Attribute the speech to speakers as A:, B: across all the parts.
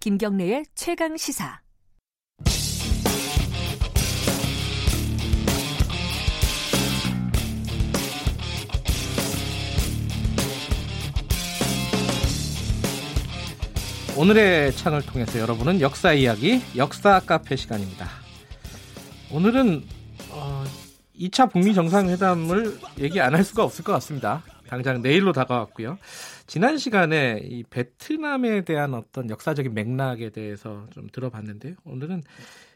A: 김경래의 최강 시사.
B: 오늘의 창을 통해서 여러분은 역사 이야기, 역사 카페 시간입니다. 오늘은 어, 2차 북미 정상회담을 얘기 안 할 수가 없을 것 같습니다. 당장 내일로 다가왔고요. 지난 시간에 이 베트남에 대한 어떤 역사적인 맥락에 대해서 좀 들어봤는데요. 오늘은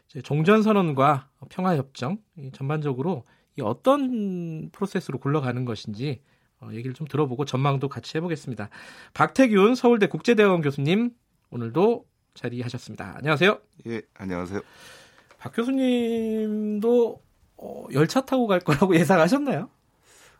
B: 이제 종전선언과 평화협정 이 전반적으로 이 어떤 프로세스로 굴러가는 것인지 어, 얘기를 좀 들어보고 전망도 같이 해보겠습니다. 박태균 서울대 국제대학원 교수님 오늘도 자리하셨습니다. 안녕하세요.
C: 예, 안녕하세요.
B: 박 교수님도 어, 열차 타고 갈 거라고 예상하셨나요?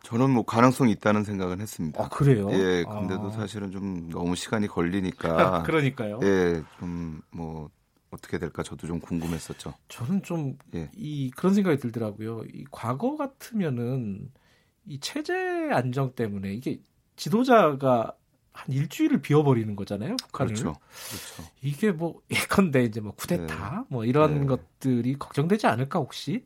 C: 저는 뭐 가능성이 있다는 생각은 했습니다.
B: 아 그래요?
C: 예, 근데도 사실은 좀 너무 시간이 걸리니까
B: 그러니까요.
C: 예, 좀 뭐 어떻게 될까 저도 좀 궁금했었죠.
B: 저는 좀 이
C: 예.
B: 그런 생각이 들더라고요. 이 과거 같으면은 이 체제 안정 때문에 이게 지도자가 한 일주일을 비워버리는 거잖아요, 북한을.
C: 그렇죠. 그렇죠.
B: 이게 뭐 예컨대 이제 뭐 쿠데타 뭐 이런
C: 네.
B: 것들이 걱정되지 않을까 혹시?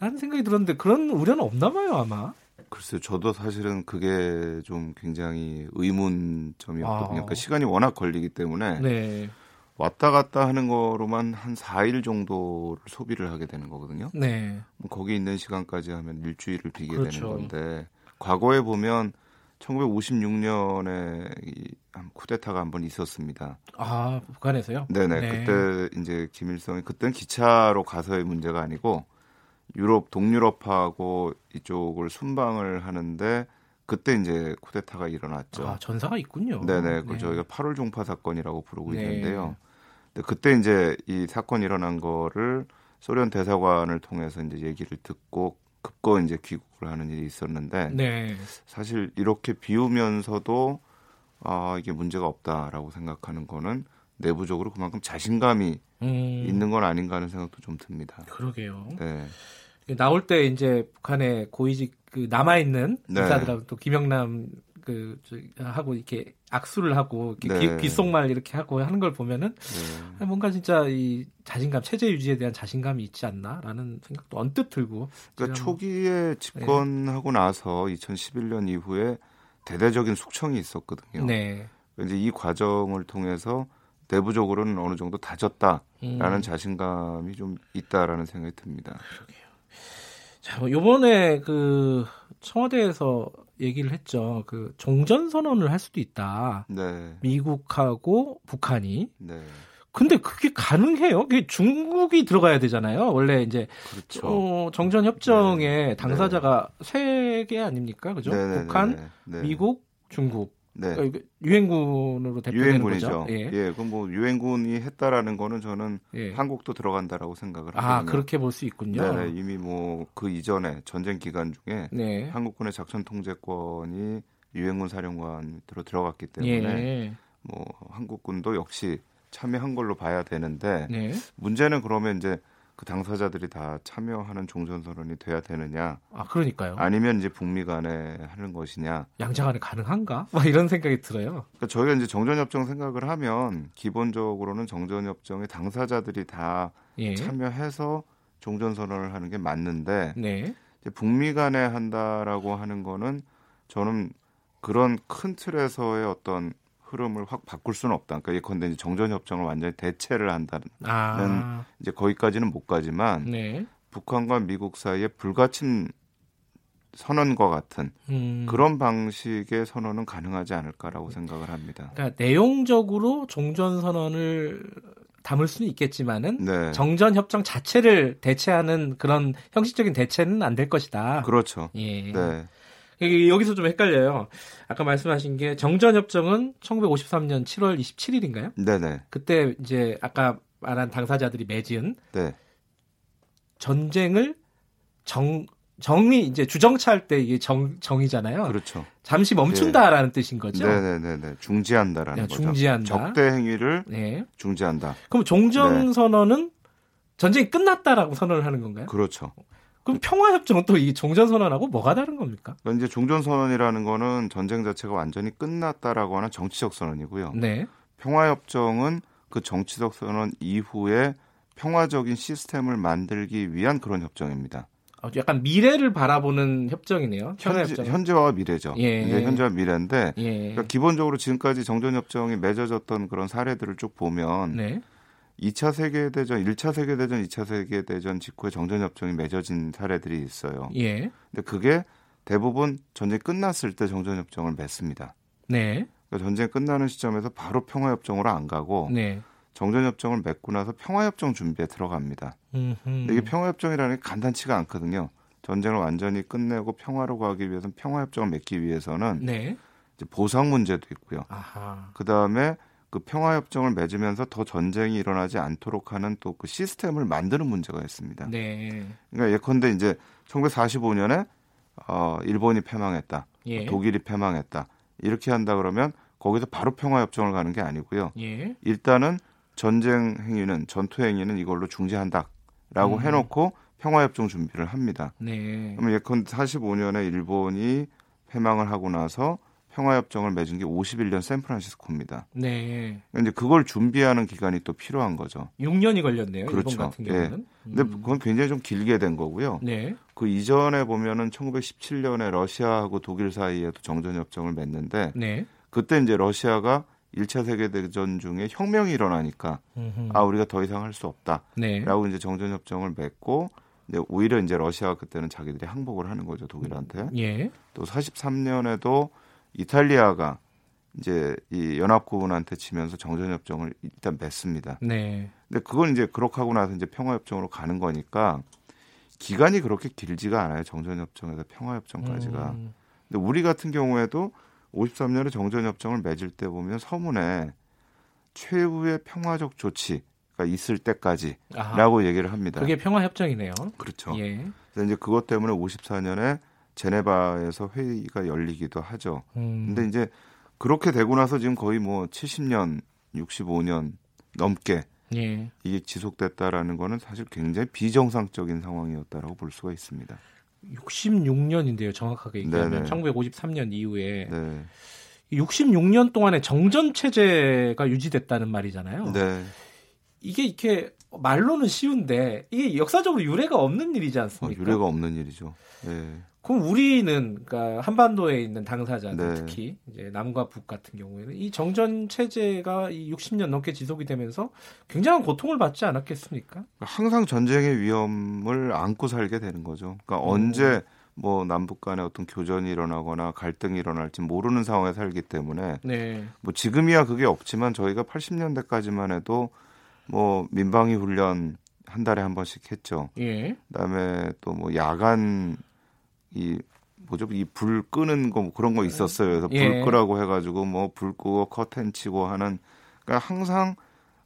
B: 라는 생각이 들었는데 그런 우려는 없나 봐요, 아마.
C: 글쎄요, 저도 사실은 그게 좀 굉장히
B: 아.
C: 의문점이었거든요. 그러니까 시간이 워낙 걸리기 때문에
B: 네.
C: 왔다 갔다 하는 거로만 한 4일 정도를 소비를 하게 되는 거거든요.
B: 네.
C: 뭐 거기 있는 시간까지 하면 일주일을 비게
B: 그렇죠.
C: 되는 건데 과거에 보면 1956년에 한 쿠데타가 한 번 있었습니다.
B: 아, 북한에서요?
C: 네네
B: 네.
C: 그때 이제 김일성이 그땐 기차로 가서의 문제가 아니고 유럽 동유럽하고 이쪽을 순방을 하는데 그때 이제 쿠데타가 일어났죠.
B: 아, 전사가 있군요.
C: 그렇죠. 네네 그 저희가 8월 종파 사건이라고 부르고
B: 네.
C: 있는데요. 근데 그때 이제 이 사건 이 일어난 거를 소련 대사관을 통해서 이제 얘기를 듣고 급거 이제 귀국을 하는 일이 있었는데
B: 네.
C: 사실 이렇게 비우면서도 아 이게 문제가 없다라고 생각하는 거는 내부적으로 그만큼 자신감이
B: 음,
C: 있는 건 아닌가 하는 생각도 좀 듭니다.
B: 그러게요.
C: 네,
B: 나올 때 이제 북한의 고위직 그 남아 있는
C: 네.
B: 인사들하고 또 김영남 그 저기 하고 이렇게 악수를 하고 이렇게
C: 네.
B: 귀- 귓속말 이렇게 하고 하는 걸 보면은 아,
C: 네.
B: 뭔가 진짜 이 자신감 체제 유지에 대한 자신감이 있지 않나라는 생각도 언뜻 들고 제가 뭐-
C: 그러니까 초기에 집권하고
B: 네.
C: 나서 2011년 이후에 대대적인 숙청이 있었거든요.
B: 네.
C: 이제 이 과정을 통해서 내부적으로는 어느 정도 다졌다라는
B: 음.
C: 자신감이 좀 있다라는 생각이 듭니다.
B: 자, 뭐 요번에 그 청와대에서 얘기를 했죠. 그 종전 선언을 할 수도 있다.
C: 네,
B: 미국하고 북한이
C: 네,
B: 근데 그게 가능해요? 그게 중국이 들어가야 되잖아요. 원래 이제
C: 그렇죠.
B: 어, 정전 협정에 당사자가 세 개 아닙니까? 그죠?
C: 네, 네네네네.
B: 북한,
C: 네.
B: 미국, 중국.
C: 네.
B: 그러니까 이거 유엔군으로 대표되는
C: 유엔군이죠.
B: 거죠.
C: 예. 그럼 뭐 유엔군이 했다라는 거는 저는
B: 예.
C: 한국도 들어간다라고 생각을 하거든요.
B: 아, 그렇게 볼 수 있군요.
C: 네, 이미 뭐 그 이전에 전쟁 기간 중에
B: 네.
C: 한국군의 작전 통제권이 유엔군 사령관으로 들어갔기
B: 예.
C: 때문에 뭐 한국군도 역시 참여한 걸로 봐야 되는데
B: 네.
C: 문제는 그러면 이제 그 당사자들이 다 참여하는 종전 선언이 돼야 되느냐
B: 아, 그러니까요.
C: 아니면 이제 북미 간에 하는 것이냐
B: 양자간에 가능한가? 막 이런 생각이 들어요.
C: 그러니까 저희가 이제 정전협정 생각을 하면 기본적으로는 정전협정에 당사자들이 다
B: 예.
C: 참여해서 종전 선언을 하는 게 맞는데
B: 네.
C: 이제 북미 간에 한다라고 하는 거는 저는 그런 큰 틀에서의 어떤 흐름을 확 바꿀 수는 없다. 그러니까 예컨대 이제 정전협정을 완전히 대체를 한다는
B: 아.
C: 이제 거기까지는 못 가지만
B: 네.
C: 북한과 미국 사이에 불가침 선언과 같은
B: 음.
C: 그런 방식의 선언은 가능하지 않을까라고 생각을 합니다.
B: 그러니까 내용적으로 종전 선언을 담을 수는 있겠지만은
C: 네.
B: 그러니까 정전 협정 자체를 대체하는 그런 형식적인 대체는 안 될 것이다.
C: 그렇죠.
B: 예.
C: 네.
B: 이게 여기서 좀 헷갈려요. 아까 말씀하신 게 정전 협정은 1953년 7월 27일인가요?
C: 네네.
B: 그때 이제 아까 말한 당사자들이 맺은
C: 네.
B: 전쟁을 정 정이 이제 주정차할 때 이게 정 정이잖아요.
C: 그렇죠.
B: 잠시 멈춘다라는 뜻인 거죠.
C: 네네네네. 중지한다라는
B: 그렇죠? 야,
C: 거죠.
B: 중지한다.
C: 적대 네. 행위를
B: 예.
C: 중지한다.
B: 그럼 종전 선언은 전쟁이 끝났다라고 선언을 하는 건가요?
C: 그렇죠.
B: 그럼 평화 협정은 또 이 종전 선언하고 뭐가 다른 겁니까?
C: 그러니까 이제 종전 선언이라는 어.
B: 음.
C: 거는 전쟁 자체가 완전히 끝났다라고 하는 정치적 선언이고요.
B: 네.
C: 평화 협정은 그 정치적 선언 이후에 평화적인 시스템을 만들기 위한 그런 협정입니다.
B: 어, 약간 미래를 바라보는 협정이네요. 평화
C: 현재,
B: 협정.
C: 현재와 미래죠.
B: 예.
C: 이제 현재와 미래인데
B: 예.
C: 그러니까 기본적으로 지금까지 정전협정이 맺어졌던 그런 사례들을 쭉 보면
B: 네.
C: 2차 세계대전, 1차 세계대전, 2차 세계대전 직후에 정전협정이 맺어진 사례들이 있어요.
B: 예.
C: 근데 그게 대부분 전쟁이 끝났을 때 정전협정을 맺습니다.
B: 네.
C: 그러니까 전쟁이 끝나는 시점에서 바로 평화협정으로 안 가고
B: 네.
C: 정전협정을 맺고 나서 평화협정 준비에 들어갑니다.
B: 음흠.
C: 근데 이게 평화협정이라는 게 간단치가 않거든요. 전쟁을 완전히 끝내고 평화로 가기 위해서는 평화협정을 맺기 위해서는
B: 네.
C: 이제 보상 문제도 있고요.
B: 아하.
C: 그 다음에 그 평화협정을 맺으면서 더 전쟁이 일어나지 않도록 하는 또 그 시스템을 만드는 문제가 있습니다.
B: 네.
C: 그러니까 예컨대 이제 1945년에 어, 일본이 패망했다,
B: 예.
C: 어, 독일이 패망했다 이렇게 한다 그러면 거기서 바로 평화협정을 가는 게 아니고요.
B: 예.
C: 일단은 전쟁 행위는 전투 행위는 이걸로 중지한다라고
B: 음.
C: 해놓고 평화협정 준비를 합니다.
B: 네.
C: 그럼 예컨대 45년에 일본이 패망을 하고 나서 평화협정을 맺은 게 51년 샌프란시스코입니다. 그러니까
B: 네.
C: 이제 그걸 준비하는 기간이 또 필요한 거죠.
B: 6년이 걸렸네요.
C: 그렇죠.
B: 일본 같은
C: 예.
B: 경우는.
C: 근데
B: 음.
C: 그건 굉장히 좀 길게 된 거고요.
B: 네.
C: 그 이전에 보면은 1917년에 러시아하고 독일 사이에도 정전 협정을 맺는데
B: 네.
C: 그때 이제 러시아가 1차 세계 대전 중에 혁명이 일어나니까
B: 음흠.
C: 아 우리가 더 이상 할 수 없다라고
B: 네.
C: 이제 정전 협정을 맺고 이제 오히려 이제 러시아가 그때는 자기들이 항복을 하는 거죠 독일한테.
B: 예.
C: 또 43년에도 이탈리아가 이제 이 연합군한테 치면서 정전 협정을 일단 맺습니다.
B: 네.
C: 근데 그건 이제 그렇게 하고 나서 이제 평화협정으로 가는 거니까 기간이 그렇게 길지가 않아요. 정전협정에서 평화협정까지가.
B: 음.
C: 근데 우리 같은 경우에도 53년에 정전협정을 맺을 때 보면 서문에 최후의 평화적 조치가 있을 때까지라고
B: 아,
C: 얘기를 합니다.
B: 그게 평화 협정이네요.
C: 그렇죠.
B: 예.
C: 그래서 이제 그것 때문에 54년에 제네바에서 회의가 열리기도 하죠.
B: 음.
C: 근데 이제 그렇게 되고 나서 지금 거의 뭐 70년, 65년 넘게
B: 예.
C: 이게 지속됐다라는 거는 사실 굉장히 비정상적인 상황이었다라고 볼 수가 있습니다.
B: 66년인데요. 정확하게 얘기하면
C: 네네.
B: 1953년 이후에
C: 네.
B: 66년 동안의 정전 체제가 유지됐다는 말이잖아요.
C: 네.
B: 이게 이렇게 말로는 쉬운데 이게 역사적으로 유례가 없는 일이지
C: 어,
B: 않습니까?
C: 유례가 없는 일이죠. 네.
B: 그럼 우리는 그러니까 한반도에 있는 당사자들
C: 네.
B: 특히 이제 남과 북 같은 경우에는 이 정전 체제가 이 60년 넘게 지속이 되면서 굉장한 고통을 받지 않았겠습니까?
C: 항상 전쟁의 위험을 안고 살게 되는 거죠. 그러니까
B: 음.
C: 언제 뭐 남북 간에 어떤 교전이 일어나거나 갈등이 일어날지 모르는 상황에 살기 때문에
B: 네,
C: 뭐 지금이야 그게 없지만 저희가 80년대까지만 해도 뭐 민방위 훈련 한 달에 한 번씩 했죠.
B: 예,
C: 그다음에 또 뭐 야간 이 뭐죠 이 불 끄는 거뭐 그런 거 있었어요. 그래서 불
B: 네. 예.
C: 끄라고 해가지고 뭐 불 끄고 커튼 치고 하는 그러니까 항상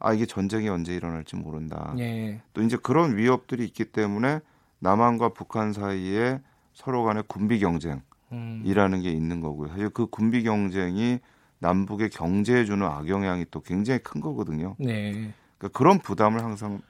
C: 아 이게 전쟁이 언제 일어날지 모른다.
B: 예,
C: 또 이제 그런 위협들이 있기 때문에 남한과 북한 사이에 서로 간의 군비 경쟁이라는
B: 음,
C: 게 있는 거고요. 사실 그 군비 경쟁이 남북의 경제에 주는 악영향이 또 굉장히 큰 거거든요.
B: 네.
C: 그러니까 그런 부담을 항상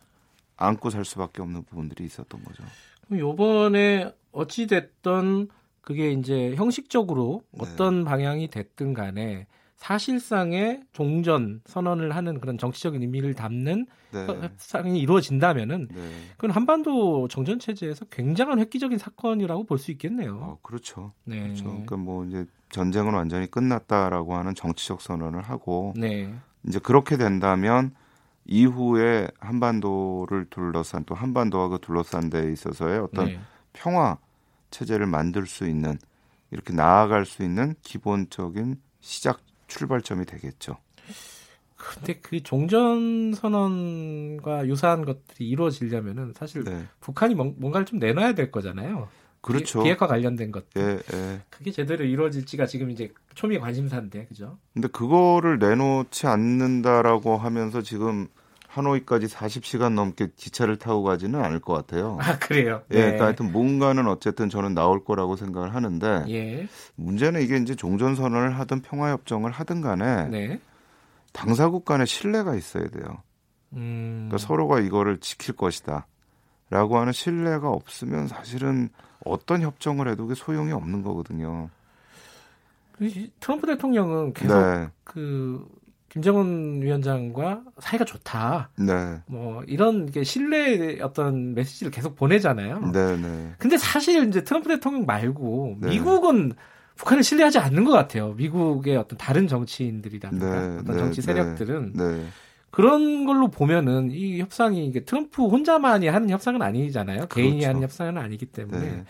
C: 안고 살 수밖에 없는 부분들이 있었던 거죠.
B: 그럼 요번에 어찌 됐던 그게 이제 형식적으로
C: 네.
B: 어떤 방향이 됐든 간에 사실상의 종전 선언을 하는 그런 정치적인 의미를 담는
C: 네.
B: 협상이 이루어진다면은
C: 네.
B: 그건 한반도 정전 체제에서 굉장한 획기적인 사건이라고 볼 수 있겠네요.
C: 어, 그렇죠.
B: 네.
C: 그렇죠. 그러니까 뭐 이제 전쟁은 완전히 끝났다라고 하는 정치적 선언을 하고
B: 네.
C: 이제 그렇게 된다면 이후에 한반도를 둘러싼 또 한반도와 그 둘러싼 데에 있어서의 어떤
B: 네.
C: 평화 체제를 만들 수 있는 이렇게 나아갈 수 있는 기본적인 시작 출발점이 되겠죠.
B: 근데 그 종전 선언과 유사한 것들이 이루어지려면은 사실
C: 네.
B: 북한이 뭔- 뭔가를 좀 내놔야 될 거잖아요.
C: 그렇죠.
B: 비, 핵과 관련된 것.
C: 예, 예.
B: 그게 제대로 이루어질지가 지금 이제 초미 관심사인데, 그죠?
C: 근데 그거를 내놓지 않는다라고 하면서 지금 하노이까지 40시간 넘게 기차를 타고 가지는 않을 것 같아요.
B: 아 그래요.
C: 예, 그러니까 하여튼 뭔가는 어쨌든 저는 나올 거라고 생각을 하는데
B: 예.
C: 문제는 이게 이제 종전 선언을 하든 평화 협정을 하든 간에
B: 네.
C: 당사국 간에 신뢰가 있어야 돼요.
B: 음.
C: 그러니까 서로가 이거를 지킬 것이다라고 하는 신뢰가 없으면 사실은 어떤 협정을 해도 그게 소용이 없는 거거든요.
B: 그 이- 트럼프 대통령은 계속
C: 네,
B: 그 김정은 위원장과 사이가 좋다.
C: 네.
B: 뭐 이런 게 신뢰의 어떤 메시지를 계속 보내잖아요.
C: 네, 네.
B: 근데 사실 이제 트럼프 대통령 말고
C: 네.
B: 미국은 북한을 신뢰하지 않는 것 같아요. 미국의 어떤 다른 정치인들이라든가
C: 네,
B: 어떤
C: 네,
B: 정치
C: 네.
B: 세력들은
C: 네.
B: 그런 걸로 보면은 이 협상이 이게 트럼프 혼자만이 하는 협상은 아니잖아요. 개인이
C: 그렇죠.
B: 하는 협상은 아니기 때문에
C: 네.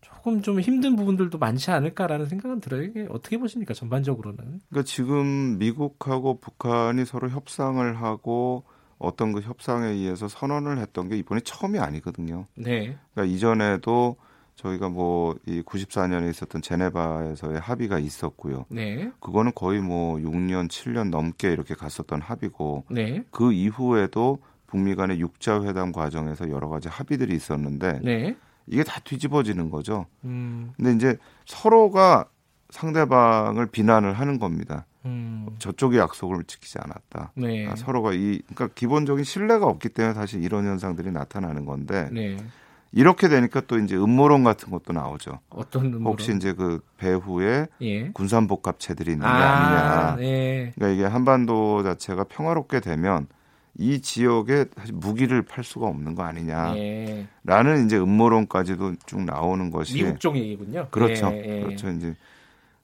B: 조금 좀 힘든 부분들도 많지 않을까라는 생각은 들어요. 이게 어떻게 보십니까? 전반적으로는.
C: 그러니까 지금 미국하고 북한이 서로 협상을 하고 어떤 그 협상에 의해서 선언을 했던 게 이번이 처음이 아니거든요.
B: 네.
C: 그러니까 이전에도 저희가 뭐 이 94년에 있었던 제네바에서의 합의가 있었고요.
B: 네.
C: 그거는 거의 뭐 6년, 7년 넘게 이렇게 갔었던 합의고
B: 네.
C: 그 이후에도 북미 간의 육자 회담 과정에서 여러 가지 합의들이 있었는데
B: 네.
C: 이게 다 뒤집어지는 거죠.
B: 음.
C: 근데 이제 서로가 상대방을 비난을 하는 겁니다.
B: 음.
C: 저쪽의 약속을 지키지 않았다.
B: 네.
C: 아, 서로가 이 그러니까 기본적인 신뢰가 없기 때문에 사실 이런 현상들이 나타나는 건데
B: 네.
C: 이렇게 되니까 또 이제 음모론 같은 것도 나오죠.
B: 어떤 음모론?
C: 혹시 이제 그 배후에
B: 예.
C: 군산복합체들이 있는 게
B: 아,
C: 아, 니냐
B: 네.
C: 그러니까 이게 한반도 자체가 평화롭게 되면 이 지역에 사실 무기를 팔 수가 없는 거 아니냐라는
B: 예.
C: 이제 음모론까지도 쭉 나오는 것이
B: 미국 쪽 얘기군요.
C: 그렇죠.
B: 예, 예.
C: 그렇죠. 이제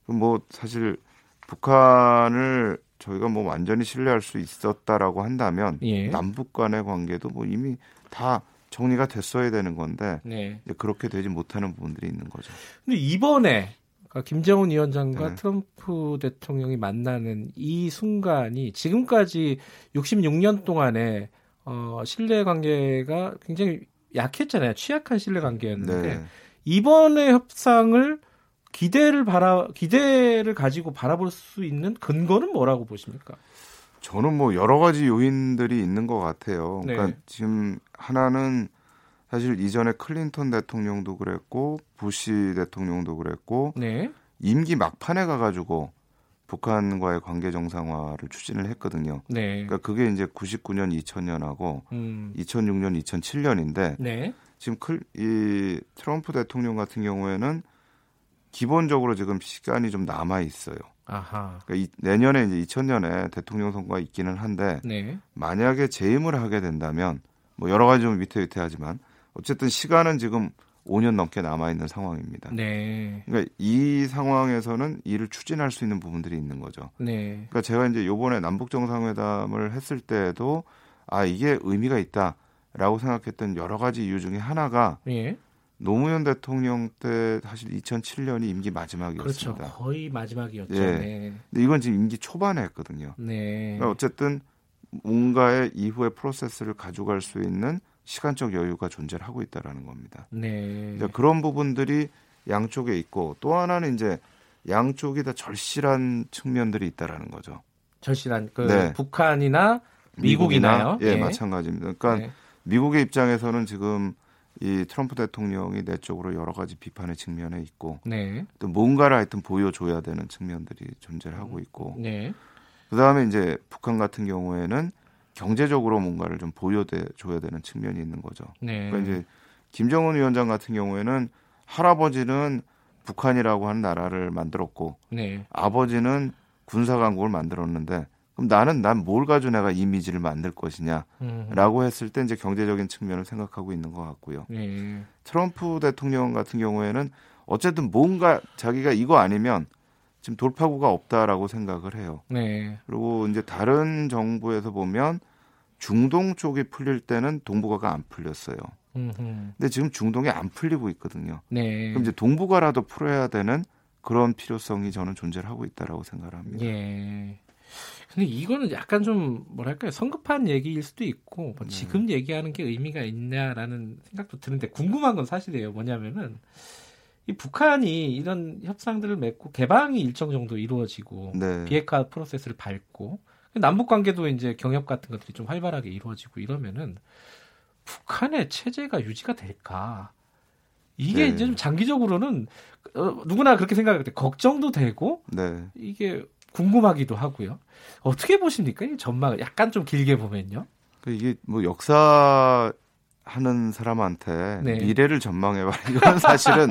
C: 그뭐 사실 북한을 저희가 뭐 완전히 신뢰할 수 있었다라고 한다면
B: 예.
C: 남북 간의 관계도 뭐 이미 다 정리가 됐어야 되는 건데
B: 네.
C: 이제 그렇게 되지 못하는 부분들이 있는 거죠.
B: 근데 이번에 그러니까 김정은 위원장과
C: 네.
B: 트럼프 대통령이 만나는 이 순간이 지금까지 66년 동안의 어, 신뢰 관계가 굉장히 약했잖아요. 취약한 신뢰 관계였는데
C: 네.
B: 이번에 협상을 기대를 바라 기대를 가지고 바라볼 수 있는 근거는 뭐라고 보십니까?
C: 저는 뭐 여러 가지 요인들이 있는 것 같아요.
B: 네.
C: 그러니까 지금 하나는 사실 이전에 클린턴 대통령도 그랬고 부시 대통령도 그랬고
B: 네.
C: 임기 막판에 가가지고 북한과의 관계 정상화를 추진을 했거든요.
B: 네.
C: 그러니까 그게 이제 99년, 2000년하고
B: 음.
C: 2006년, 2007년인데
B: 네.
C: 지금 클, 이 트럼프 대통령 같은 경우에는 기본적으로 지금 시간이 좀 남아 있어요.
B: 아하.
C: 그러니까 이- 내년에 이제 2000년에 대통령 선거가 있기는 한데
B: 네.
C: 만약에 재임을 하게 된다면 뭐 여러 가지 좀 위태위태하지만 어쨌든 시간은 지금 5년 넘게 남아 있는 상황입니다.
B: 네.
C: 그러니까 이 상황에서는 이를 추진할 수 있는 부분들이 있는 거죠.
B: 네.
C: 그러니까 제가 이제 요번에 남북 정상회담을 했을 때도 아 이게 의미가 있다라고 생각했던 여러 가지 이유 중에 하나가
B: 예.
C: 노무현 대통령 때 사실 2007년이 임기
B: 그렇죠.
C: 마지막이었습니다.
B: 거의 마지막이었죠.
C: 예.
B: 네.
C: 근데 이건 지금 임기 초반에 했거든요.
B: 네.
C: 그러니까 어쨌든 뭔가의 이후의 프로세스를 가져갈 수 있는 시간적 여유가 존재를 하고 있다라는 겁니다.
B: 네.
C: 이제 그러니까 그런 부분들이 양쪽에 있고 또 하나는 이제 양쪽이 다 절실한 측면들이 있다라는 거죠.
B: 절실한 그
C: 네.
B: 북한이나 미국이나요?
C: 예,
B: 예.
C: 마찬가지입니다. 그러니까
B: 네.
C: 미국의 입장에서는 지금 이 트럼프 대통령이 내적으로 여러 가지 비판의 측면에 있고
B: 네.
C: 또 뭔가를 하여튼 보여줘야 되는 측면들이 존재를 하고 있고
B: 네.
C: 그다음에 이제 북한 같은 경우에는 경제적으로 뭔가를 좀 보여줘야 되는 측면이 있는 거죠.
B: 네.
C: 그러니까 이제 김정은 위원장 같은 경우에는 할아버지는 북한이라고 하는 나라를 만들었고
B: 네.
C: 아버지는 군사 강국을 만들었는데 그럼 나는 난 뭘 가지고 내가 이미지를 만들 것이냐라고
B: 음.
C: 했을 때 이제 경제적인 측면을 생각하고 있는 것 같고요.
B: 네.
C: 트럼프 대통령 같은 경우에는 어쨌든 뭔가 자기가 이거 아니면 지금 돌파구가 없다라고 생각을 해요.
B: 네.
C: 그리고 이제 다른 정부에서 보면 중동 쪽이 풀릴 때는 동북아가 안 풀렸어요.
B: 음흠.
C: 근데 지금 중동이 안 풀리고 있거든요.
B: 네.
C: 그럼 이제 동북아라도 풀어야 되는 그런 필요성이 저는 존재를 하고 있다라고 생각을 합니다.
B: 예. 근데 이거는 약간 좀 뭐랄까요 성급한 얘기일 수도 있고
C: 네.
B: 뭐 지금 얘기하는 게 의미가 있냐라는 생각도 드는데 궁금한 건 사실이에요 뭐냐면은 이 북한이 이런 협상들을 맺고 개방이 일정 정도 이루어지고
C: 네.
B: 비핵화 프로세스를 밟고 그 남북 관계도 이제 경협 같은 것들이 좀 활발하게 이루어지고 이러면은 북한의 체제가 유지가 될까? 이게
C: 네.
B: 이제 좀 장기적으로는 어, 누구나 그렇게 생각할 때 걱정도 되고
C: 네.
B: 이게 궁금하기도 하고요. 어떻게 보십니까? 이 전망을 약간 좀 길게 보면요.
C: 그 이게 뭐 역사 하는 사람한테
B: 네.
C: 미래를 전망해봐. 이건 사실은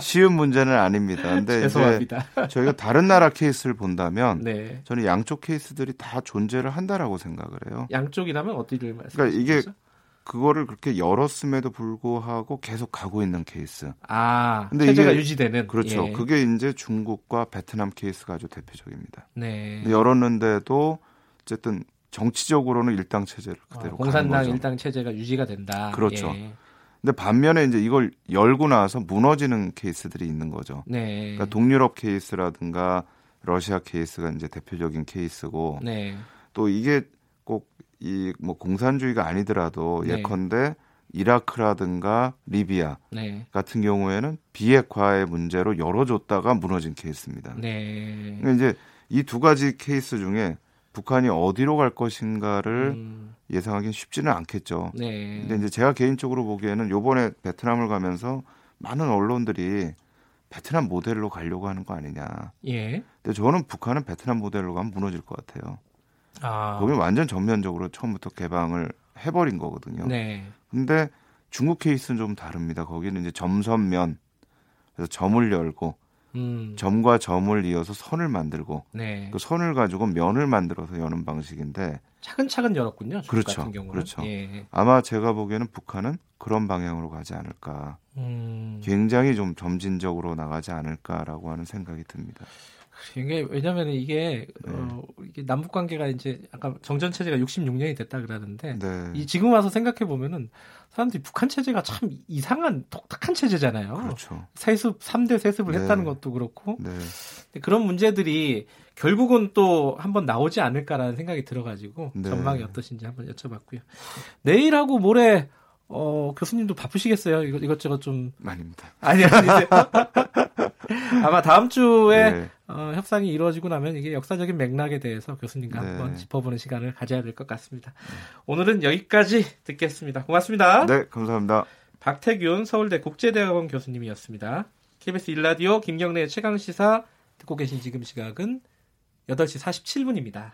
C: 쉬운 문제는 아닙니다. 근데 네, 이제 음.
B: 죄송합니다.
C: 저희가 다른 나라 케이스를 본다면
B: 네.
C: 저는 양쪽 케이스들이 다 존재를 한다라고 생각을 해요.
B: 양쪽이라면 어디를 말씀하시죠?
C: 그러니까 이게- 그거를 그렇게 열었음에도 불구하고 계속 가고 있는 케이스.
B: 아,
C: 근데
B: 체제가
C: 이게-
B: 유지되는
C: 그렇죠.
B: 예.
C: 그게 이제 중국과 베트남 케이스가 아주 대표적입니다.
B: 네.
C: 근데 열었는데도 어쨌든 정치적으로는 일당 체제를 그대로
B: 아,
C: 가는
B: 공산당
C: 거죠.
B: 일당 체제가 유지가 된다.
C: 그렇죠.
B: 예.
C: 근데 반면에 이제 이걸 열고 나서 무너지는 케이스들이 있는 거죠.
B: 네.
C: 그러니까 동유럽 케이스라든가 러시아 케이스가 이제 대표적인 케이스고
B: 네.
C: 또 이게 꼭 이 뭐 공산주의가 아니더라도
B: 네.
C: 예컨대 이라크라든가 리비아
B: 네.
C: 같은 경우에는 비핵화의 문제로 열어줬다가 무너진 케이스입니다.
B: 네.
C: 그러니까 이제 이 두 가지 케이스 중에 북한이 어디로 갈 것인가를
B: 음,
C: 예상하기는 쉽지는 않겠죠.
B: 네.
C: 근데 이제 제가 개인적으로 보기에는 요번에 베트남을 가면서 많은 언론들이 베트남 모델로 가려고 하는 거 아니냐.
B: 예.
C: 근데 저는 북한은 베트남 모델로 가면 무너질 것 같아요.
B: 아.
C: 거기 완전 전면적으로 처음부터 개방을 해버린 거거든요.
B: 네.
C: 근데 중국 케이스는 좀 다릅니다. 거기는 이제 점선면 그래서 점을 열고
B: 음.
C: 점과 점을 이어서 선을 만들고
B: 네.
C: 그 선을 가지고 면을 만들어서 여는 방식인데
B: 차근차근 열었군요. 중국
C: 그렇죠.
B: 같은 경우는.
C: 그렇죠.
B: 예.
C: 아마 제가 보기에는 북한은 그런 방향으로 가지 않을까
B: 음.
C: 굉장히 좀 점진적으로 나가지 않을까라고 하는 생각이 듭니다.
B: 이게 왜냐면 이게
C: 네.
B: 어 이게 남북 관계가 이제 아까 정전 체제가 66년이 됐다 그러는데
C: 네.
B: 이 지금 와서 생각해 보면은 사람들이 북한 체제가 참 이상한 독특한 체제잖아요.
C: 그렇죠.
B: 세습 3대 세습을
C: 네.
B: 했다는 것도 그렇고
C: 네.
B: 근데 그런 문제들이 결국은 또 한번 나오지 않을까라는 생각이 들어가지고
C: 네.
B: 전망이 어떠신지 한번 여쭤봤고요. 내일하고 모레 어 교수님도 바쁘시겠어요. 이것 이것저것 좀
C: 아닙니다.
B: 아니 아니세요. 아마 다음 주에
C: 네.
B: 어, 협상이 이루어지고 나면 이게 역사적인 맥락에 대해서 교수님과
C: 네.
B: 한번 짚어보는 시간을 가져야 될 것 같습니다. 오늘은 여기까지 듣겠습니다. 고맙습니다.
C: 네, 감사합니다.
B: 박태균 서울대 국제대학원 교수님이었습니다. KBS 일라디오 김경래의 최강 시사 듣고 계신 지금 시각은 8시 47분입니다.